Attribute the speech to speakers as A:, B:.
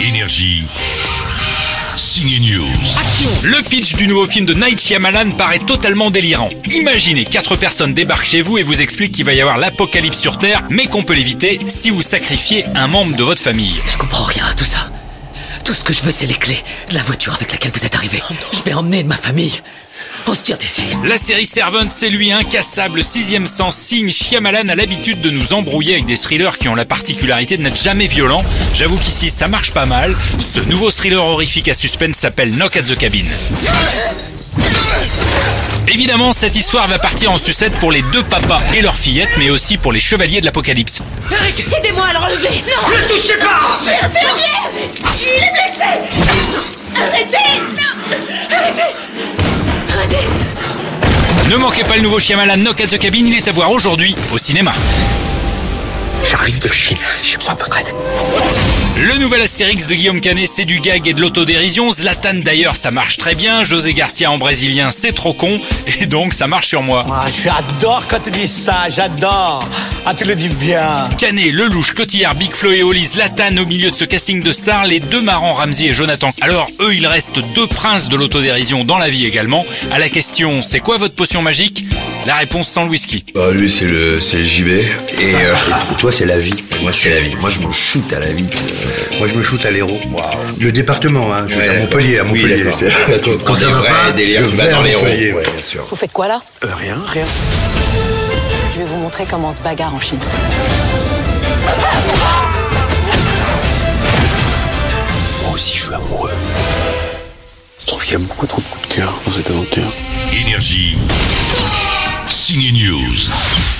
A: Énergie. Signe News.
B: Le pitch du nouveau film de Night Shyamalan paraît totalement délirant. Imaginez quatre personnes débarquent chez vous et vous expliquent qu'il va y avoir l'apocalypse sur Terre, mais qu'on peut l'éviter si vous sacrifiez un membre de votre famille.
C: Je comprends rien à tout ça. Tout ce que je veux, c'est les clés de la voiture avec laquelle vous êtes arrivé.
D: Oh
C: je vais emmener ma famille. On se tire d'ici.
B: La série Servant, c'est lui, incassable, sixième sens, signe, Shyamalan a l'habitude de nous embrouiller avec des thrillers qui ont la particularité de n'être jamais violents. J'avoue qu'ici, ça marche pas mal. Ce nouveau thriller horrifique à suspense s'appelle Knock at the Cabin. Évidemment, cette histoire va partir en sucette pour les deux papas et leurs fillettes, mais aussi pour les chevaliers de l'apocalypse.
E: Eric, aidez-moi à le relever Non
F: Ne touchez pas
E: Je suis infirmière Il est blessé Arrêtez Non Arrêtez Arrêtez
B: Ne manquez pas le nouveau Shyamalan Knock at the Cabin, il est à voir aujourd'hui au cinéma.
F: J'arrive de Chine, j'ai besoin de votre aide.
B: Le nouvel Astérix de Guillaume Canet, c'est du gag et de l'autodérision. Zlatan d'ailleurs, ça marche très bien. José Garcia en brésilien, c'est trop con. Et donc, ça marche sur moi.
D: Ah, j'adore quand tu dis ça, j'adore. Ah, tu le dis bien.
B: Canet, Lelouch, Cotillard, Big Flo et Oli, Zlatan au milieu de ce casting de stars, les deux marrants Ramsey et Jonathan. Alors, eux, ils restent deux princes de l'autodérision dans la vie également. À la question, c'est quoi votre potion magique La réponse sans le whisky.
G: Bah lui c'est le c'est le JB et euh, toi c'est la vie. Moi c'est la vie. Moi je me shoot à la vie.
H: Moi, je me shoot à l'héros. Le département, hein, je veux
G: Ouais,
H: dire,
G: d'accord.
H: Montpellier, à
G: Oui,
H: Montpellier.
G: d'accord.
H: C'est-
G: Toi, tu prends
H: ça
G: des
H: va
G: vrais
H: pas,
G: délires,
H: je
G: tu vas
H: vais
G: dans
H: à
G: l'héros.
H: Montpellier, ouais.
G: Ouais, bien sûr.
I: Vous faites quoi là
H: Euh, Rien, rien.
I: Je vais vous montrer comment on se bagarre en Chine.
H: Moi aussi, je suis amoureux. Je trouve qu'il y a beaucoup trop de coups de cœur dans cette aventure.
A: Énergie. Signe News.